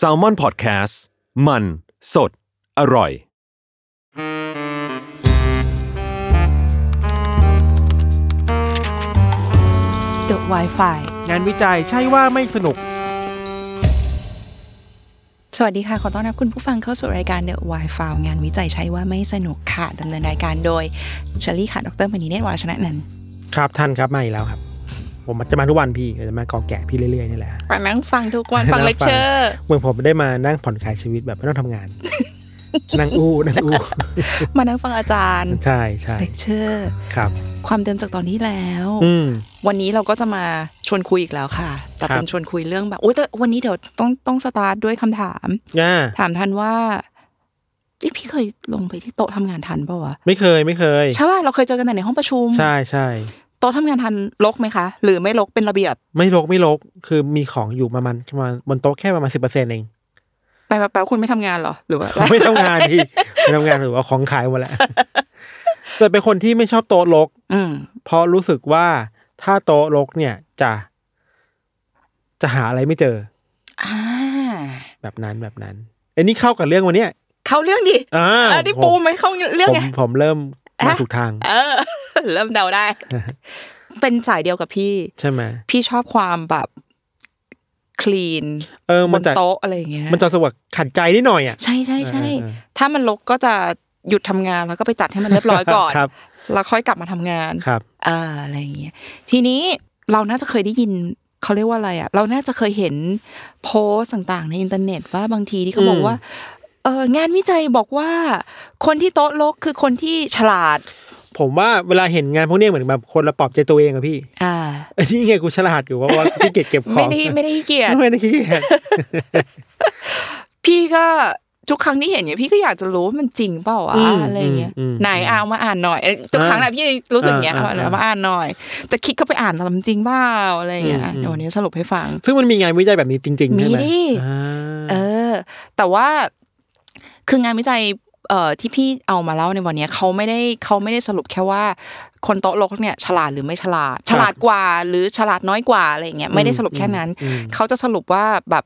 s a l m o n PODCAST มันสดอร่อย The Wi-Fi งานวิจัยใช่ว่าไม่สนุก สวัสดีค่ะ ขอต้อนรับคุณผู้ฟังเข้าสู่รายการ The Wi-Fi งานวิจัยใช้ว่าไม่สนุกค่ะดำเนินรายการโดยเชลี่ค่ะ ดรมณีเนตรวรชนะนันท์ ครับท่านครับมาอีกแล้วครับ ผมจะมาทุกวันพี่จะมากอแกะพี่เรื่อยๆนี่แหละ ไปนั่งฟังทุกวันฟังเลคเชอร์ เมื่อผมได้มานั่งผ่อนคลายชีวิตแบบไม่ต้องทำ งาน นั่งอู้นั่งอู้ มานั่งฟังอาจารย์ ใช่ใช่ เลคเชอร์ ครับ ความเดิมจากตอนที่แล้ว อืม วันนี้เราก็จะมาชวนคุยอีกแล้วค่ะ แต่เป็น ครับ ชวนคุยเรื่องแบบโอ้ยแต่วันนี้เดี๋ยวต้องต้องสตาร์ทด้วยคำถาม อ่า ถามท่านว่าเอ๊ะพี่เคยลงไปที่โต๊ะทำงานทันเปล่าวะ ไม่เคยไม่เคย ใช่ป่ะเราเคยเจอกันแต่ในห้องประชุม ใช่ใช่ โต๊ะทำงานทันลกไหมคะ หรือไม่ลกเป็นระเบียบ ไม่ลกไม่ลกคือมีของอยู่ประมาณประมาณบนโต๊ะแค่ประมาณสิบเปอร์เซ็นต์เอง ไปแป๊บๆคุณไม่ทำงานเหรอ หรือว่า ผมไม่ทำงานพี่ไม่ทำงานหรือว่าของขายหมดแล้ว แต่เป็นคนที่ไม่ชอบโต๊ะลก อืม เพราะรู้สึกว่าถ้าโต๊ะรกเนี่ยจะ จะหาอะไรไม่เจอ อ่า แบบนั้นแบบนั้นไอ้นี่เข้ากับเรื่องวันเนี้ย เข้าเรื่องดิ อ่า เออนี่ปูไหมเข้าเรื่อง ผม ไง ผมเริ่ม อ่ะ มาถูกทาง เออ เริ่มเดาได้ เป็นสายเดียวกับพี่ ใช่ไหม พี่ชอบความแบบคลีน เออบ มัน น จะ โต๊ะอะไรอย่างเงี้ย มันจะสวักขัดใจนิดหน่อยอ่ะ ใช่ใช่ใช่ เออเออ ถ้ามันลกก็จะหยุดทำงานแล้วก็ไปจัดให้มันเรียบร้อยก่อน ครับ แล้วค่อยกลับมาทำงาน ครับ เอออะไรอย่างเงี้ยทีนี้เราน่าจะเคยได้ยินเขาเรียกว่าอะไรอ่ะ เราน่าจะเคยเห็นโพสต์ต่างๆ ในอินเทอร์เน็ตว่าบางทีที่เขาบอก อืม ว่าเอองานวิจัยบอกว่า คนที่โต๊ะลกคือคนที่ฉลาด ผมว่าเวลาเห็นงานพวกเนี้ยเหมือนแบบคนละปลอบใจตัวเองอะพี่ อ่า ไอ้นี่ไงกูฉลาดอยู่ว่าว่าพี่เก็บเก็บของ ไม่ได้ไม่ได้ขี้เกียจ ไม่ได้ขี้เกียจ พี่ก็ทุกครั้งที่เห็นเนี่ยพี่ก็อยากจะรู้ว่ามันจริงเปล่าวะ ม อะไรเงี้ย มม ไหนเอามาอ่านหน่อยเอ้ยทุกครั้งนะพี่รู้สึกเนี้ย อ่า เอา อ่า มาอ่านหน่อย จะคลิดก็ไปอ่านแล้วมันจริงเปล่าอะไรเงี้ย อืมอืม เดี๋ยววันนี้สรุปให้ฟัง ซึ่งมันมีงานวิจัยแบบนี้จริงๆใช่ไห มี ม ดิ อ่า เออ แต่ว่าคืองานวิจัยเอ่อที่พี่เอามาเล่าในวันเนี้ยเขาไม่ได้เขาไม่ได้สรุปแค่ว่า คนโต๊ะลกเนี่ย ฉลาดหรือไม่ฉลาด ฉลาดกว่า หรือฉลาดน้อยกว่าอะไรอย่างเงี้ยไม่ได้สรุปแค่นั้น อืมอืม เขาจะสรุปว่าแบบ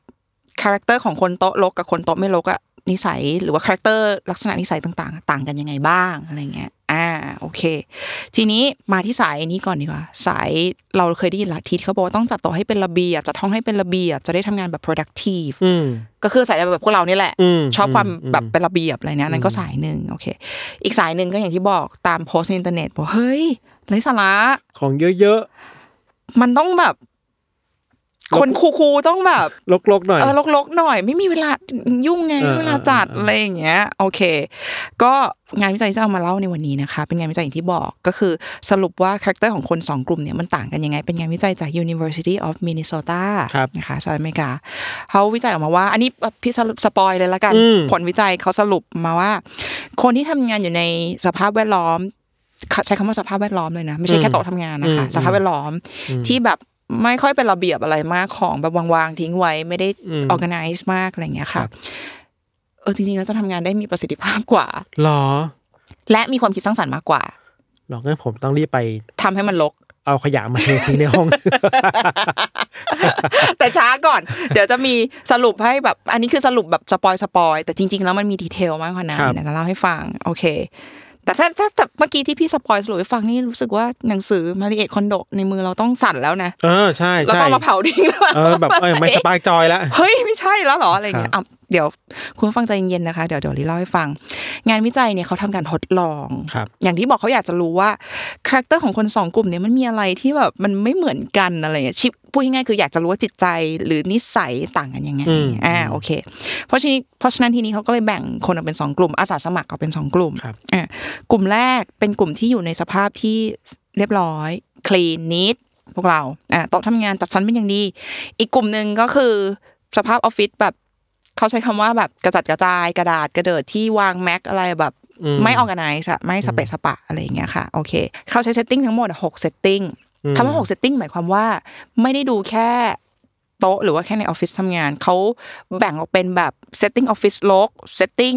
คาแรคเตอร์ของคนโต๊ะลกกับคนโต๊ะไม่ลกอะนิสัยหรือว่าคาแรคเตอร์ลักษณะนิสัยต่างๆ ต่างกันยังไงบ้างอะไรเงี้ยอ่าโอเค ทีนี้มาที่สายนี้ก่อนดีกว่า สายเราเคยได้ยินหลักทีที่เขาบอกว่าต้องจัดโต๊ะให้เป็นระเบียบจัดห้องให้เป็นระเบียบจะได้ทำงานแบบ productive อืม ก็คือสายแบบพวกเรานี่แหละ อืม ชอบความ อืม แบบเป็นระเบียบอะไรนะนั่นก็สายหนึ่งโอเค อีกสายหนึ่งก็อย่างที่บอกตามโพสต์ในอินเทอร์เน็ตบอกเฮ้ยไร้สาระ ของเยอะ มันต้องแบบ คนคูลๆต้องแบบ ๆลกๆหน่อย เออลกๆหน่อย ไม่มีเวลายุ่งไง เออ ไม่มีเวลาจัด เออเอออ อะไรอย่างเงี้ยโอเค ก็งานวิจัยที่จะเอามาเล่าในวันนี้นะคะ เป็นงานวิจัยอย่างที่บอกก็คือสรุปว่าคาแรคเตอร์ของคนสองกลุ่มเนี่ยมันต่างกันยังไง เป็นงานวิจัยจาก University of Minnesota ครับ นะคะสหรัฐอเมริกาเขาวิจัยออกมาว่า อันนี้พี่สรุปสปอยเลยละกัน อืม ผลวิจัยเขาสรุปมาว่า คนที่ทำงานอยู่ในสภาพแวดล้อม ใช้คำว่าสภาพแวดล้อมเลยนะไม่ใช่แค่โต๊ะทำงานนะคะ อืม สภาพแวดล้อม ที่แบบไม่ค่อยเป็นระเบียบอะไรมากของแบบวางๆทิ้งไว้ไม่ได้ อืม organize มากอะไรอย่างเงี้ย ครั ค่ะ บ เออจริงๆแล้วจะทำงานได้มีประสิทธิภาพกว่า หรอ และมีความคิดสร้างสรรค์มากกว่า หรองั้นผมต้องรีบไป ทำให้มันลก เอาขยะมาเททิ้งในห้อง แต่ช้าก่อน เดี๋ยวจะมีสรุปให้แบบ อันนี้คือสรุปแบบสปอยสปอยแต่จริง ๆ แล้วมันมีดีเทลมากกว่านั้น ครับ เดี๋ยวจะเล่าให้ฟังโอเค แต่ถ้าถ้าถ้าเมื่อกี้ที่พี่สปอยสรุปให้ฟังนี่รู้สึกว่าหนังสือมาริเอตคอนโดในมือเราต้องสั่นแล้วนะ เออใช่ เรา ใช่ ต้องมาเผาทิ้งแล้วะ เออแบบเออไม่สปาร์กจอยละ เฮ้ย ไม่ใช่แล้วเหรอ อะไรเงี้ ครั ย บ อ่ะเดี๋ยวคุณผู้ฟังใจเย็นๆนะคะ เดี๋ยวเดี๋ยวรีเล่าให้ฟัง งานวิจัยเนี่ยเขาทำการทดลอง ครับ อย่างที่บอกเขาอยากจะรู้ว่าคาแรคเตอร์ของคนสองกลุ่มเนี่ยมันมีอะไรที่แบบมันไม่เหมือนกันอะไรเงี้ยชิพูดง่ายๆคืออยากจะรู้ว่าจิตใจหรือนิสัยต่างกันยังไง อืม อ่าโอเค เพราะฉะนี้เพราะฉะนั้นทีนี้เขาก็เลยแบ่งคนออกเป็นสองกลุ่มอาสาสมัครออกเป็นสองกลุ่ม ครับ อ่ากลุ่มแรกเป็นกลุ่มที่อยู่ในสภาพที่เรียบร้อย clean neat พวกเราอ่าโต๊ะทำงานจัดสรรเป็นอย่างดี อีกกลุ่มหนึ่งก็คือสภาพออฟฟิศแบบเขาใช้คำว่าแบบกระจัดกระจายกระดาษกระเดิดที่วางแม็กอะไรแบบ อื ไม่ออกกันไนซ์ไม่สเปะสปะอะไรอย่างเงี้ยค่ะโอเคเขาใช้เซตติ้งทั้งหมดหกเซตติ้ง อืม คำว่าหกเซตติ้งหมายความว่าไม่ได้ดูแค่โต๊ะหรือว่าแค่ในออฟฟิศทำงานเขาแบ่งออกเป็นแบบเซตติ้งออฟฟิศลกเซตติ้ง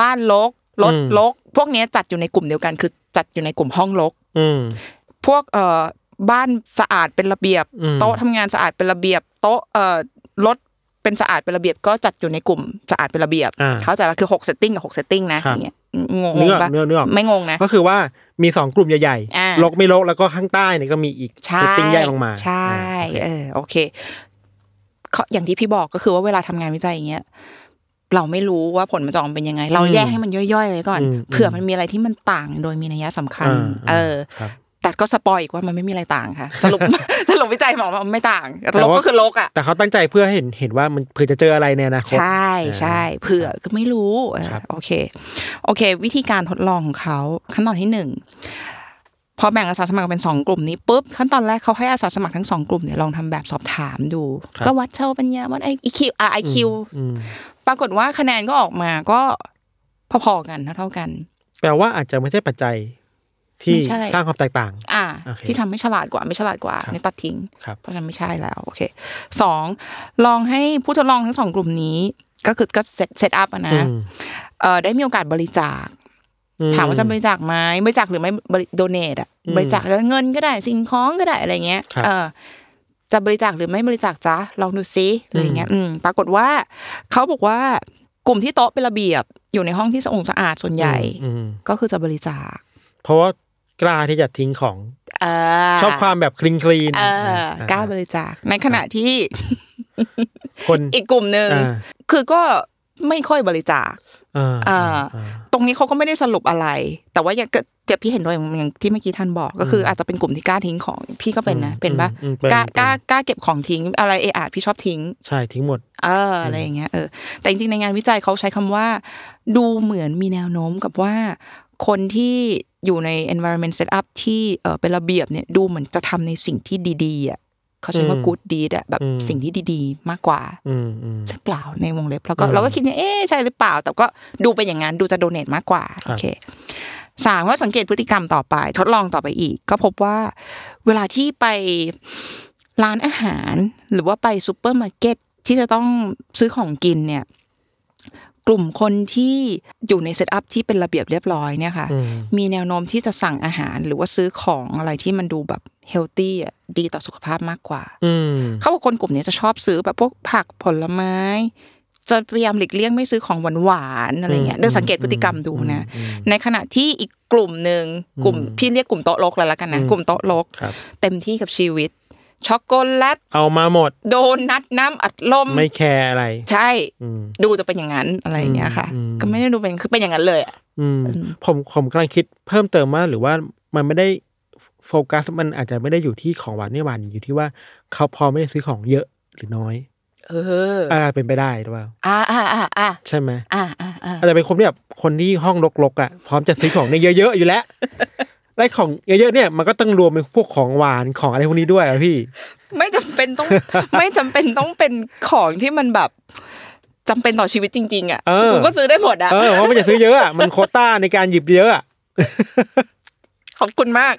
บ้านลกรถลก พวกเนี้ยจัดอยู่ในกลุ่มเดียวกัน คือจัดอยู่ในกลุ่มห้องลก อืม พวกเอ่อบ้านสะอาดเป็นระเบียบ อืม โต๊ะทำงานสะอาดเป็นระเบียบ โต๊ะเอ่อรถเป็นสะอาดเป็นระเบียบ ก็จัดอยู่ในกลุ่มสะอาดเป็นระเบียบ อ่า เขาใจะคือหกเซตติ้งกับหกเซตติ้งนะครับ อย่างเงี้ยงง เนื้อ ๆปะ เนื้อเนื้อ ไม่งงนะ ก็คือว่ามีสองกลุ่มใหญ่ อ่า ๆลกไม่ลกแล้วก็ข้างใต้เนี่ยก็มีอีก ใช่ เซตติ้งแยกลงมา ใช่เอ อ่า อโอเคเขาอย่างที่พี่บอกก็คือว่าเวลาทำงานวิจัยอย่างเงี้ยเราไม่รู้ว่าผลมันจะออกมาเป็นยังไง เราแยกให้มันย่อยๆเลยก่อนเผื่อมันมีอะไรที่มันต่างโดยมีนัยสำ โอเค คัญ เออ ครับ แต่ก็สปอยอีกว่ามันไม่มีอะไรต่างค่ะ สรุป สรุปวิจัยหมอว่ามันไม่ต่าง แต่ ลก ว่า ก็คือลกอ่ะ แต่เขาตั้งใจเพื่อให้เห็นเห็นว่ามันเผื่อจะเจออะไรในอนาคต ใช่ใช่เผื่อก็ไม่รู้เออ ครับ โอเค โอเค วิธีการทดลองของเขาขั้นตอนที่หนึ่งพอแบ่งอาสาสมัครเป็นสองกลุ่มนี้ปุ๊บขั้นตอนแรกเขาให้อาสาสมัครทั้งสองกลุ่มเนี่ยลองทำแบบสอบถามดู ก็วัดเชาปัญญาวัดไอคิวไอคิว อืม ปรากฏว่าคะแนนก็ออกมาก็พอๆกันเท่าๆกัน แปลว่าอาจจะไม่ใช่ปัจจัย ที่ ไม่ใช่ สร้างความแตกต่าง อ่า โอเค ที่ทำไม่ฉลาดกว่าไม่ฉลาดกว่า ครับ ในตัดทิ้ง ครับ เพราะฉะนันไม่ใช่แล้วโอเคสองลองให้ผู้ทดลองทั้งสองกลุ่มนี้ ก็คือก็เซตเซตอัพอะนะ อืม เออได้มีโอกาสบริจาค อื ถามว่าจะบริจาคไหมบริจาคหรือไม่บริโดเนทอะ อืม บริจาคเงินก็ได้สิ่งของก็ได้อะไรเงี้ย ครับ เออจะบริจาคหรือไม่บริจาคจ้าลองดูซิอะไรเงี้ยอืมปรากฏว่าเขาบอกว่ากลุ่มที่โต๊ะเป็นระเบียบ อยู่ในห้องที่สะองสะอาดส่วนใหญ่ อืมอืม ก็คือจะบริจาค เพราะว่ากล้าที่จะทิ้งของ เออ ชอบความแบบคลีนคลีน เออกล้าบริจาค ในขณะที่ คน อีกกลุ่มหนึ่ง อ่า คือก็ไม่ค่อยบริจาค อ่าอ่าอ่า ตรงนี้เขาก็ไม่ได้สรุปอะไร แต่ว่าอย่างก็เจ็บพี่เห็นด้วยอย่างที่เมื่อกี้ท่านบอก ก็คืออาจจะเป็นกลุ่มที่กล้าทิ้งของพี่ก็เป็นนะ อืม เป็นปะ อืมเป็น กล้า เป็น กล้ากล้าเก็บของทิ้ง อะไรเอะอะพี่ชอบทิ้ง ใช่ทิ้งหมด เอออะไรอย่างเงี้ยเออแต่จริงๆในงานวิจัยเขาใช้คำว่า ดูเหมือนมีแนวโน้มกับว่า คนที่อยู่ใน environment setup ที่เออเป็นระเบียบเนี่ยดูเหมือนจะทำในสิ่งที่ดีๆอ่ะเขาใช้ว่า อืม good deed อ่ะแบบสิ่งที่ดีๆ มากกว่า อืมอืม หรือเปล่าในวงเล็บแล้วก็เราก็คิดเนี่ยเอ๊ะใช่หรือเปล่า แต่ก็ดูไปอย่างนั้นดูจะโดเนทมากกว่า ครั โอบ เคสามว่าสังเกตพฤติกรรมต่อไป ทดลองต่อไปอีก ก็พบว่าเวลาที่ไปร้านอาหาร หรือว่าไปซูเปอร์มาร์เก็ตที่จะต้องซื้อของกินเนี่ย กลุ่มคนที่อยู่ในเซตอัพที่เป็นระเบียบเรียบร้อยเนี่ยค่ะ อืม มีแนวโน้มที่จะสั่งอาหาร หรือว่าซื้อของอะไรที่มันดูแบบเฮลตี้อ่ะดีต่อสุขภาพมากกว่า อืม เขาบอกคนกลุ่มนี้จะชอบซื้อแบบพวกผักผลไม้ จะพยายามหลีกเลี่ยงไม่ซื้อของหวานหวานๆอะไรเงี้ย อืม เดี๋ยวสังเกตพฤติกรรมดูนะ อืมอืม ในขณะที่อีกกลุ่มหนึ่งกลุ่มพี่เรียกกลุ่มโต๊ะลกเลยละกันนะ อืม กลุ่มโต๊ะลก ครับ เต็มที่กับชีวิต ช็อกโกแลต เอามาหมด โดนัทน้ำอัดลม ไม่แคร์อะไร ใช่ อืม ดูจะเป็นอย่างนั้นอะไรอย่างเงี้ยค่ะ อืม ก็ไม่ได้ดูเป็นคือเป็นอย่างนั้นเลยอะ อืม อืม ผมผมกำลังคิดเพิ่มเติมว่าหรือว่ามันไม่ได้โฟกัสมันอาจจะไม่ได้อยู่ที่ของหวานไม่หวานอยู่ที่ว่าเขาพร้อมไม่ได้ซื้อของเยอะหรือน้อย เออ อ่าเป็นไปได้หรือเปล่า อ่าอ่าอ่าอ่า ใช่ไหม อ่าอ่าอ่า อาจจะเป็นคนที่แบบคนที่ห้องรกๆอ่ะพร้อมจะซื้อของเนี่ยเยอะๆอยู่ แล้วไอ้ของเยอะๆเนี่ยมันก็ต้องรวมเป็นพวกของหวานของอะไรพวกนี้ด้วยอะพี่ ไม่จำเป็นต้อง ไม่จำเป็นต้องเป็นของที่มันแบบจำเป็นต่อชีวิตจริง ๆอ่ะ เออ กูก็ซื้อได้หมดอ่ะ เออเพราะมันจะซื้อเยอะอะมันโควต้าในการหยิบเยอะอะ ขอบคุณ มาก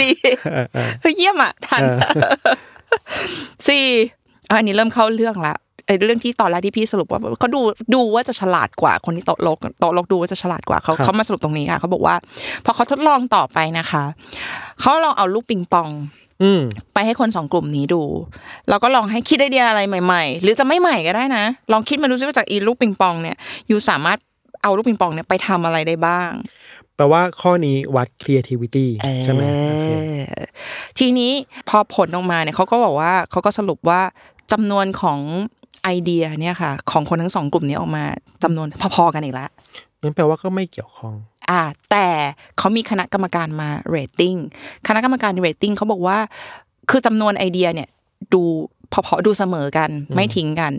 ดี เออเออ เฮ้ยเยี่ยมอ่ะทัน เออ สี่อะอันนี้เริ่มเข้าเรื่องละไอ้เรื่องที่ตอนแรกที่พี่สรุปว่าเขาดูดูว่าจะฉลาดกว่าคนที่โตะลกโตะลกดูว่าจะฉลาดกว่าเขา ครับ เขามาสรุปตรงนี้ค่ะเขาบอกว่า พอเขาทดลองต่อไปนะคะเขาลองเอาลูกปิงปอง อืม ไปให้คนสองกลุ่มนี้ดู แล้วก็ลองให้คิดไอเดียอะไรใหม่ ๆ หรือจะไม่ใหม่ก็ได้นะ ลองคิดมาดูซิว่าจากอีลูกปิงปองเนี่ยอยู่สามารถเอาลูกปิงปองเนี่ยไปทำอะไรได้บ้าง แปลว่าข้อนี้วัด creativity ใช่ไหมโอเค เออทีนี้พอผลออกมาเนี่ยเขาก็บอกว่าเขาก็สรุปว่าจำนวนของไอเดียเนี่ยค่ะ ของคนทั้งสองกลุ่มนี้ออกมาจำนวนพอๆกันอีกแล้ว งั้นแปลว่าก็ไม่เกี่ยวข้อง อ่า แต่เขามีคณะกรรมการมาเรตติ้งคณะกรรมการเรตติ้งเขาบอกว่า คือจำนวนไอเดียเนี่ยดูพอๆดูเสมอกันไม่ทิ้งกัน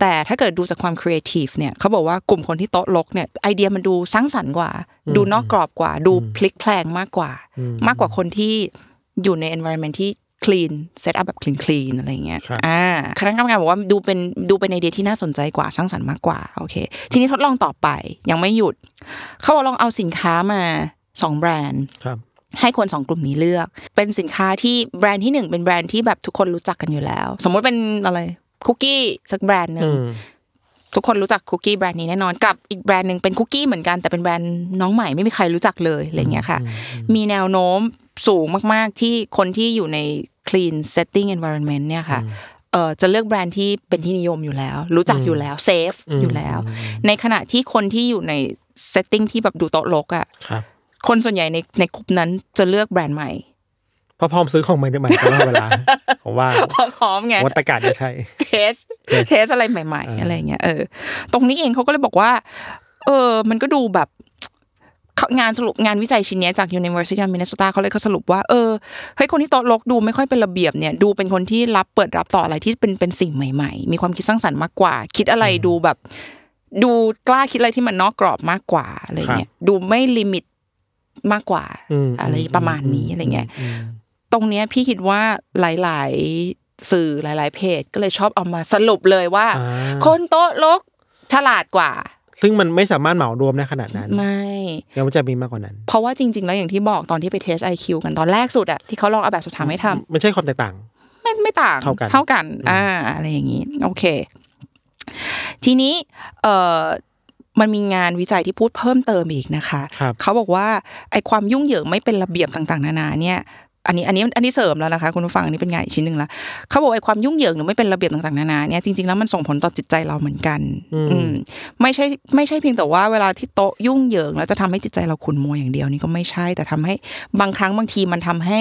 แต่ถ้าเกิดดูจากความครีเอทีฟเนี่ยเขาบอกว่ากลุ่มคนที่โต๊ะลกเนี่ยไอเดียมันดูสร้างสรรค์กว่า ดูนอกกรอบกว่า ดูพลิกแพลงมากกว่า อืม มากกว่าคนที่อยู่ใน environment ที่ คลีนเซตอัพแบบคลีนคลีนอะไรเงี้ย ครับ อ่าคณะกรรมการบอกว่าดูเป็นดูเป็นไอเดียที่น่าสนใจกว่าสร้างสรรค์มากกว่าโอเค ทีนี้ทดลองต่อไปยังไม่หยุด เขาบอกลองเอาสินค้ามาสองแบรนด์ ครับ ให้คนสองกลุ่มนี้เลือก เป็นสินค้าที่แบรนด์ที่หนึ่งเป็นแบรนด์ที่แบบทุกคนรู้จักกันอยู่แล้ว สมมุติเป็นอะไรคุกกี้สักแบรนด์หนึ่ อื ง ม ทุกคนรู้จักคุกกี้แบรนด์นี้แน่นอนกับอีกแบรนด์หนึ่งเป็นคุกกี้เหมือนกันแต่เป็นแบรนด์น้องใหม่ไม่มีใครรู้จักเลยอะไรเงี้ยค่ะ มีแนวโน้มสูงมาก ๆ ที่คนที่อยู่ใน clean setting environment เนี่ยค่ะเอ่อจะเลือกแบรนด์ที่เป็นที่นิยมอยู่แล้ว รู้จักอยู่แล้วเซฟ อืม อยู่แล้ว อืม ในขณะที่คนที่อยู่ใน setting ที่แบบดูโต๊ะรกอ่ะ ครับ คนส่วนใหญ่ในในกลุ่มนั้นจะเลือกแบรนด์ใหม่ เพราะพร้อมซื้อของใหม่ได้ใหม่ตลอดเวลาผมว่า พร้อมไง วัตกาจะใช่ เทสเทสอะไรใหม่ อ่า ๆ อะไรอย่างเงี้ยเออ ตรงนี้เองเขาก็เลยบอกว่า เออ มันก็ดูแบบเขางานสรุปงานวิจัยชิ้นเนี้ยจาก University of Minnesota เขาเลยก็สรุปว่าเออเฮ้ยคนที่โต๊ะลกดูไม่ค่อยเป็นระเบียบเนี่ย ดูเป็นคนที่รับเปิดรับต่ออะไรที่เป็นเป็นสิ่งใหม่ ๆ มีความคิดสร้างสรรค์มากกว่า คิดอะไรดูแบบ ดูกล้าคิดอะไรที่มันนอกกรอบมากกว่าอะไรเงี้ยดูไม่ลิมิตมากกว่า ม อะไรประมาณนี้อะไรเงี้ย อืม ตรงเนี้ยพี่คิดว่าหลาย ๆ สื่อหลาย ๆ เพจ ก็เลยชอบเอามาสรุปเลยว่า อ่า คนโต๊ะลกฉลาดกว่า ซึ่งมันไม่สามารถเหมารวมได้ขนาดนั้น ไม่ เดี๋ยวมันจะมีมากกว่านั้น เพราะว่าจริง ๆ แล้วอย่างที่บอกตอนที่ไปเทส IQ กันตอนแรกสุดอะที่เขาลองเอาแบบสอบถามให้ทำ มันใช่ความแตกต่าง ไม่ไม่ต่าง เท่ากัน นอ่า อะไรอย่างนี้ โอเค ทีนี้เอ่อมันมีงานวิจัยที่พูดเพิ่มเติมอีกนะคะ ครับ เขาบอกว่าไอ้ความยุ่งเหยิงไม่เป็นระเบียบต่างๆ นานาเนี่ยอันนี้อันนี้อันนี้เสริมแล้วนะคะคุณผู้ฟังอันนี้เป็นงานอีกชิ้นหนึ่งละเขาบอกไอ้ความยุ่งเหยิงหรือไม่เป็นระเบียบต่างๆนานาเนี่ยจริงๆแล้วมันส่งผลต่อจิตใจเราเหมือนกัน อืม อืมไม่ใช่ไม่ใช่เพียงแต่ว่าเวลาที่โต๊ะยุ่งเหยิง แล้วจะทำให้จิตใจเราขุ่นมัวอย่างเดียวนี่ก็ไม่ใช่ แต่ทำให้บางครั้งบางทีมันทำให้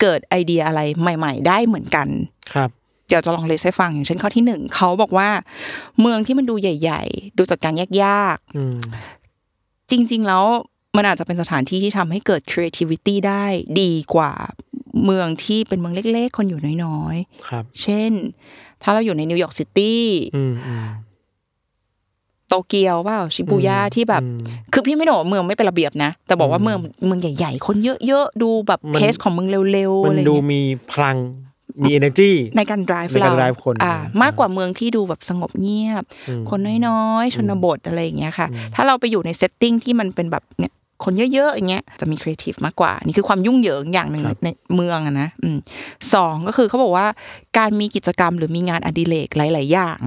เกิดไอเดียอะไรใหม่ ๆ ได้เหมือนกัน ครับ เดี๋ยวจะลองเลสให้ฟังอย่างเช่นข้อที่หนึ่งเขาบอกว่า เมืองที่มันดูใหญ่ ๆ ดูจัดการยากๆ อืม จริง ๆ แล้วมันอาจจะเป็นสถานที่ที่ทำให้เกิด creativity ได้ดีกว่าเมืองที่เป็นเมืองเล็ก ๆ คนอยู่น้อย ครับ ๆ เช่น ถ้าเราอยู่ในนิวยอร์กซิตี้ อืมอืม โตเกียวเปล่าชิบูย่าที่แบบ อืม คือพี่ไม่ได้บอกว่าเมืองไม่เป็นระเบียบนะ แต่บอกว่าเมืองเมืองใหญ่ ๆ คนเยอะ ๆ ดูแบบ มัน เพสของเมืองเร็ว ๆ มั อะไร น เงี้ ดู ย มีพลัง มี energy ในการ drive ในการ เรา drive คน อ่า อ่าม มากกว่าเมืองที่ดูแบบสงบเงียบ อืม คนน้อยๆ ชนบทอะไรอย่างเงี้ยค่ะ ถ้าเราไปอยู่ในเซตติ้งที่มันเป็นแบบเนี่ยคนเยอะๆอย่างเงี้ยจะมีครีเอทีฟมากกว่า นี่คือความยุ่งเหยิงอย่างหนึ่ง ครับ ในเมืองอะนะอืมสองก็คือเขาบอกว่าการมีกิจกรรมหรือมีงานอดิเรกหลาย ๆ อย่าง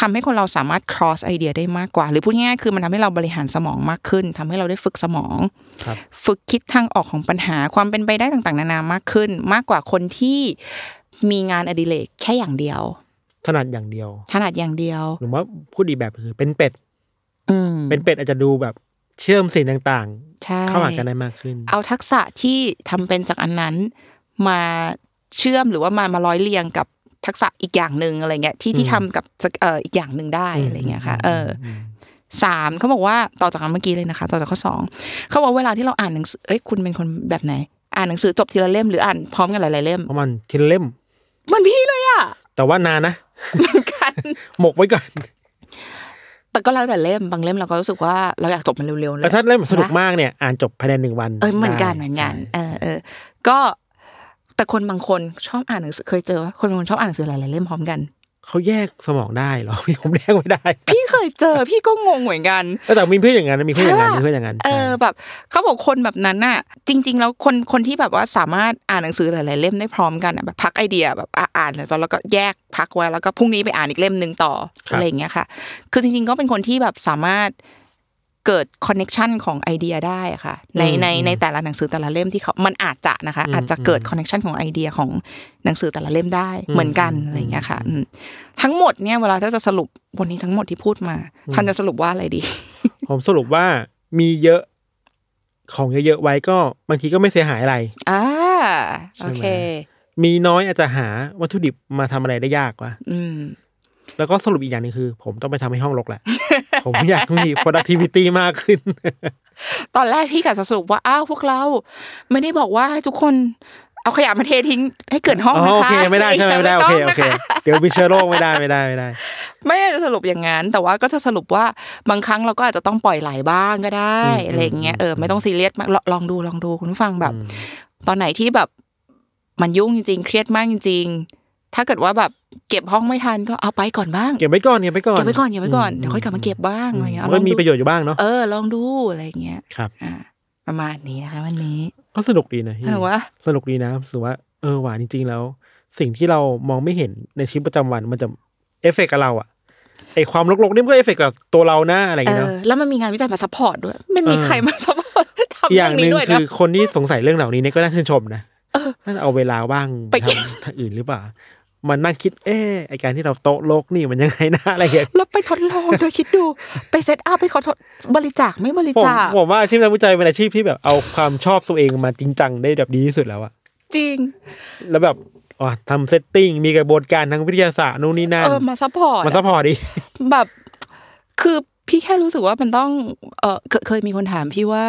ทำให้คนเราสามารถ cross ไอเดียได้มากกว่า หรือพูดง่ายๆคือมันทำให้เราบริหารสมองมากขึ้นทำให้เราได้ฝึกสมอง ครับ ฝึกคิดทางออกของปัญหาความเป็นไปได้ต่างๆ นานามากขึ้น มากกว่าคนที่มีงานอดิเรกแค่อย่างเดียว ถนัดอย่างเดียว ถนัดอย่างเดียว หรือว่าพูดอีกแบบคือเป็นเป็ด อืม เป็นเป็ดอาจจะดูแบบเชื่อมสิ่งต่าง ใช่ ๆ เข้าหากันได้มากขึ้น เอาทักษะที่ทำเป็นจากอันนั้นมาเชื่อมหรือว่ามามาร้อยเรียงกับทักษะอีกอย่างหนึ่งอะไรเงี้ยที่ที่ทำกับสักเอ่ออีกอย่างหนึ่งได้อะไรเงี้ยค่ะ เอออสามเขาบอกว่าต่อจากอันเมื่อกี้เลยนะคะ ต่อจากข้อสองเขาบอกเวลาที่เราอ่านหนังสือเอ้ยคุณเป็นคนแบบไหน อ่านหนังสือจบทีละเล่มหรืออ่านพร้อมกันหลายๆเล่ม เพราะมันทีละเล่ม มันพี่เลยอ่ะ แต่ว่านานนะ เหมือนกัน หมกไว้ก่อน แต่ก็แล้วแต่เล่มบางเล่มเราก็รู้สึกว่าเราอยากจบมันเร็วๆเลย แล้วถ้าเล่มสนุก นะ มากเนี่ย อ่านจบภายในหนึ่งวัน เออเหมือนกัน ได้ เหมือนกัน ใช่ เออเออก็แต่คนบางคนชอบอ่านหนังสือเคยเจอว่าคนบางคนชอบอ่านหนังสือหลายๆเล่มพร้อมกัน เขาแยกสมองได้เหรอ พี่ผมแยกไม่ได้ พี่เคยเจอ พี่ก็งงเหมือนกัน แต่แต่มีเพื่อนอย่างนั้นนะมีเพื่อนอย่างใช่นั้นปะ มีเพื่อนอย่างนั้น เออแบบเขาบอกคนแบบนั้นน่ะ จริง ๆ แล้วคนคนที่แบบว่าสามารถอ่านหนังสือหลาย ๆ เล่มได้พร้อมกันอะแบบพักไอเดียแบบอ่ะอ่านแล้วแล้วก็แยกพักไว้แล้วก็พรุ่งนี้ไปอ่านอีกเล่มหนึ่งต่ออะไรอย่างเงี้ยค่ะ คือจริง ๆ ก็เป็นคนที่แบบสามารถเกิดคอนเน็ชันของไอเดียได้อะค่ะ ในในในแต่ละหนังสือแต่ละเล่มที่เขา มันอาจจะนะคะ อาจจะเกิดคอนเน็ชันของไอเดียของหนังสือแต่ละเล่มได้เหมือนกันอะไรอย่างเงี้ยค่ะอืมทั้งหมดเนี่ยเวลาถ้าจะสรุปวันนี้ทั้งหมดที่พูดมาท่านจะสรุปว่าอะไรดี ผมสรุปว่ามีเยอะของเยอะๆไว้ก็บางทีก็ไม่เสียหายอะไร อ่า ใช่ โอ ไหม เค มีน้อยอาจจะหาวัตถุดิบมาทำอะไรได้ยากวะ อืม แล้วก็สรุปอีกอย่างหนึงคือ ผมต้องไปทำให้ห้องรกแหละ ผมอยากมี productivity มากขึ้น ตอนแรกพี่กะจะสรุปว่า อ้าวพวกเรา ไม่ได้บอกว่าให้ทุกคนเอาขยะมาเททิ้งให้เกิด ห้อง อ๋อ นะ โอ คะ เคไม่ได้ใช่ไหม ไม่ได้โอ ต้ง เคโอเค นะะ เดี๋ยวมีเชื้อโรคไม่ได้ไม่ได้ไม่ได้ ไม่ได้จะสรุปอย่างนั้น แต่ว่าก็จะสรุปว่าบางครั้งเราก็อาจจะต้องปล่อยไหลบ้างก็ได้ อืม อะไรอย่างเงี้ย อืม เออไม่ต้องซีเรียสมากลองลองดูลองดูคุณผู้ฟังแบบ ตอนไหนที่แบบ มันยุ่งจริงๆเครียดมากจริง ๆ ถ้าเกิดว่าแบบเก็บห้องไม่ทันก็เอาไปก่อนบ้าง เก็บไว้ก่อนเก็บไว้ก่อน เก็บไว้ก่อนเก็บไว้ก่อน ม เดี๋ยวค่อยกลับมาเก็บบ้างอะไรเงี้ย มันก็มี ลองดู ประโยชน์อยู่บ้างเนาะ เออ ลองดูอะไรอย่างเงี้ย ครับ อ่า ประมาณนี้นะคะวันนี้ ก็สนุกดีนะพี่ หนูว่า สนุกดีนะรู้สึกว่าเออหวานจริง ๆ แล้ว สิ่งที่เรามองไม่เห็นในชีวิตประจำวันมันจะเอฟเฟกต์กับเราอะไอความรกๆนี่มันก็เอฟเฟกต์กับตัวเราหน้าอะไรอย่าง เอ เงี้ยเน อ อะ แล้วมันมีงานวิจัยมาซัพพอร์ตด้วย มันมี เออ ใครมาซัพพอร์ตทำ อีเรื่กออย่าง งห นี้ นึ่ง ด้วย คื นะ อคนที่สงสัยเรื่องเหล่านี้เนี่ยก็น่าชื่นชมนะน่าจะเอาเวลาว่าง ไป ทำทางอื่นหรือเปล่า มันนั่งคิดเออไอการที่เราโต๊ะโลกนี่มันยังไงนะ อะไรอย่างเงี้ย แล้วไปทดลองเธอคิดดู ไปเซตอัพให้เขาทดบริจาคไม่บริ ผม จาค ผมว่าอาชีพนักวิจัยเป็นอาชีพที่แบบเอาความชอบตัวเองมาจริงจังได้แบบดีที่สุดแล้วอะ จริง แล้วแบบอ๋อทำเซตติ้งมีกระบวนการทางวิทยาศาสตร์นู่นนี่นั่น เออ มาซัพพอร์ต มาซัพพอร์ตดิ แบบ คือพี่แค่รู้สึกว่ามันต้อง เออเคยเคยมีคนถามพี่ว่า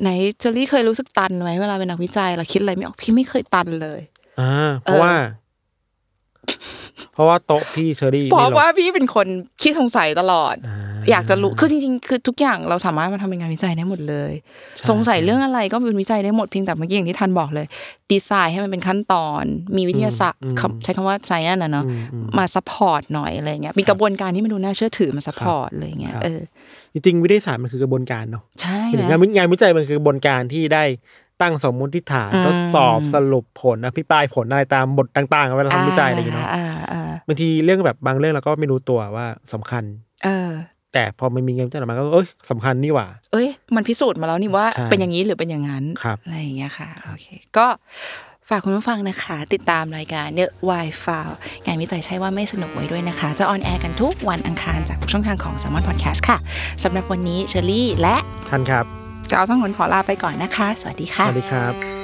ไหนเจอรี่เคยรู้สึกตันไหมเวลาเป็นนักวิจัยเราคิดอะไรไม่ออกพี่ไม่เคยตันเลย อ่าเพราะว่า เพราะว่าโต๊ะพี่เชอรี่ เพ ไม่ ราะ ล ว่า ด พี่เป็นคนคิดสงสัยตลอด า อยากจะรู้ คือจริงๆ คือทุกอย่างเราสามารถมาทำเป็นงานวิจัยได้หมดเลย ใช่ สงสัยเรื่องอะไรก็เป็นวิจัยได้หมดเพียงแต่เมื่อกี้อย่างที่ทันบอกเลย ดีไซน์ให้มันเป็นขั้นตอน มีวิทยาศาสตร์คำใช้คำว่า science นะเนาะ อืมอืม มาซัพพอร์ตหน่อยอะไรเงี้ย มีกระบวนการที่มันดูน่าเชื่อถือมาซัพพอร์ตอะไรเงี้ย ครับ เออ จริงๆวิทยาศาสตร์มันคือกระบวนการเนาะ ใช่ หรือ ไหม งานวิงานวิจัยมันคือกระบวนการที่ได้ตั้งสมมติฐาน อืม ทดสอบสรุปผลอภิปรายผลอะไรตามบทต่างๆเวลาทำวิจัยอะไรอย่างเงี้ยเนาะ อ่าอ่า บางทีเรื่องแบบบางเรื่องเราก็ไม่รู้ตัวว่าสำคัญ เออ แต่พอมันมีงานวิจัยออกมาก็เอ้ยสำคัญนี่หว่า เอ้ย มันพิสูจน์มาแล้วนี่ว่า ใช่ เป็นอย่างนี้หรือเป็นอย่างนั้น ครับ อะไรอย่างเงี้ยค่ะ โอเค ก็ฝากคุณผู้ฟังนะคะ ติดตามรายการ The Why f o u l งานวิจัยใช่ว่าไม่สนุกไว้ด้วยนะคะ จะออนแอร์กันทุกวันอังคารจากทุกช่องทางของ s ซ l m o n Podcast ค่ะสำหรับวันนี้เชอรี่และ ท่านครับ เจ้าสังหนขอลาไปก่อนนะคะ สวัสดี ส ค่ะ วัสดีครับ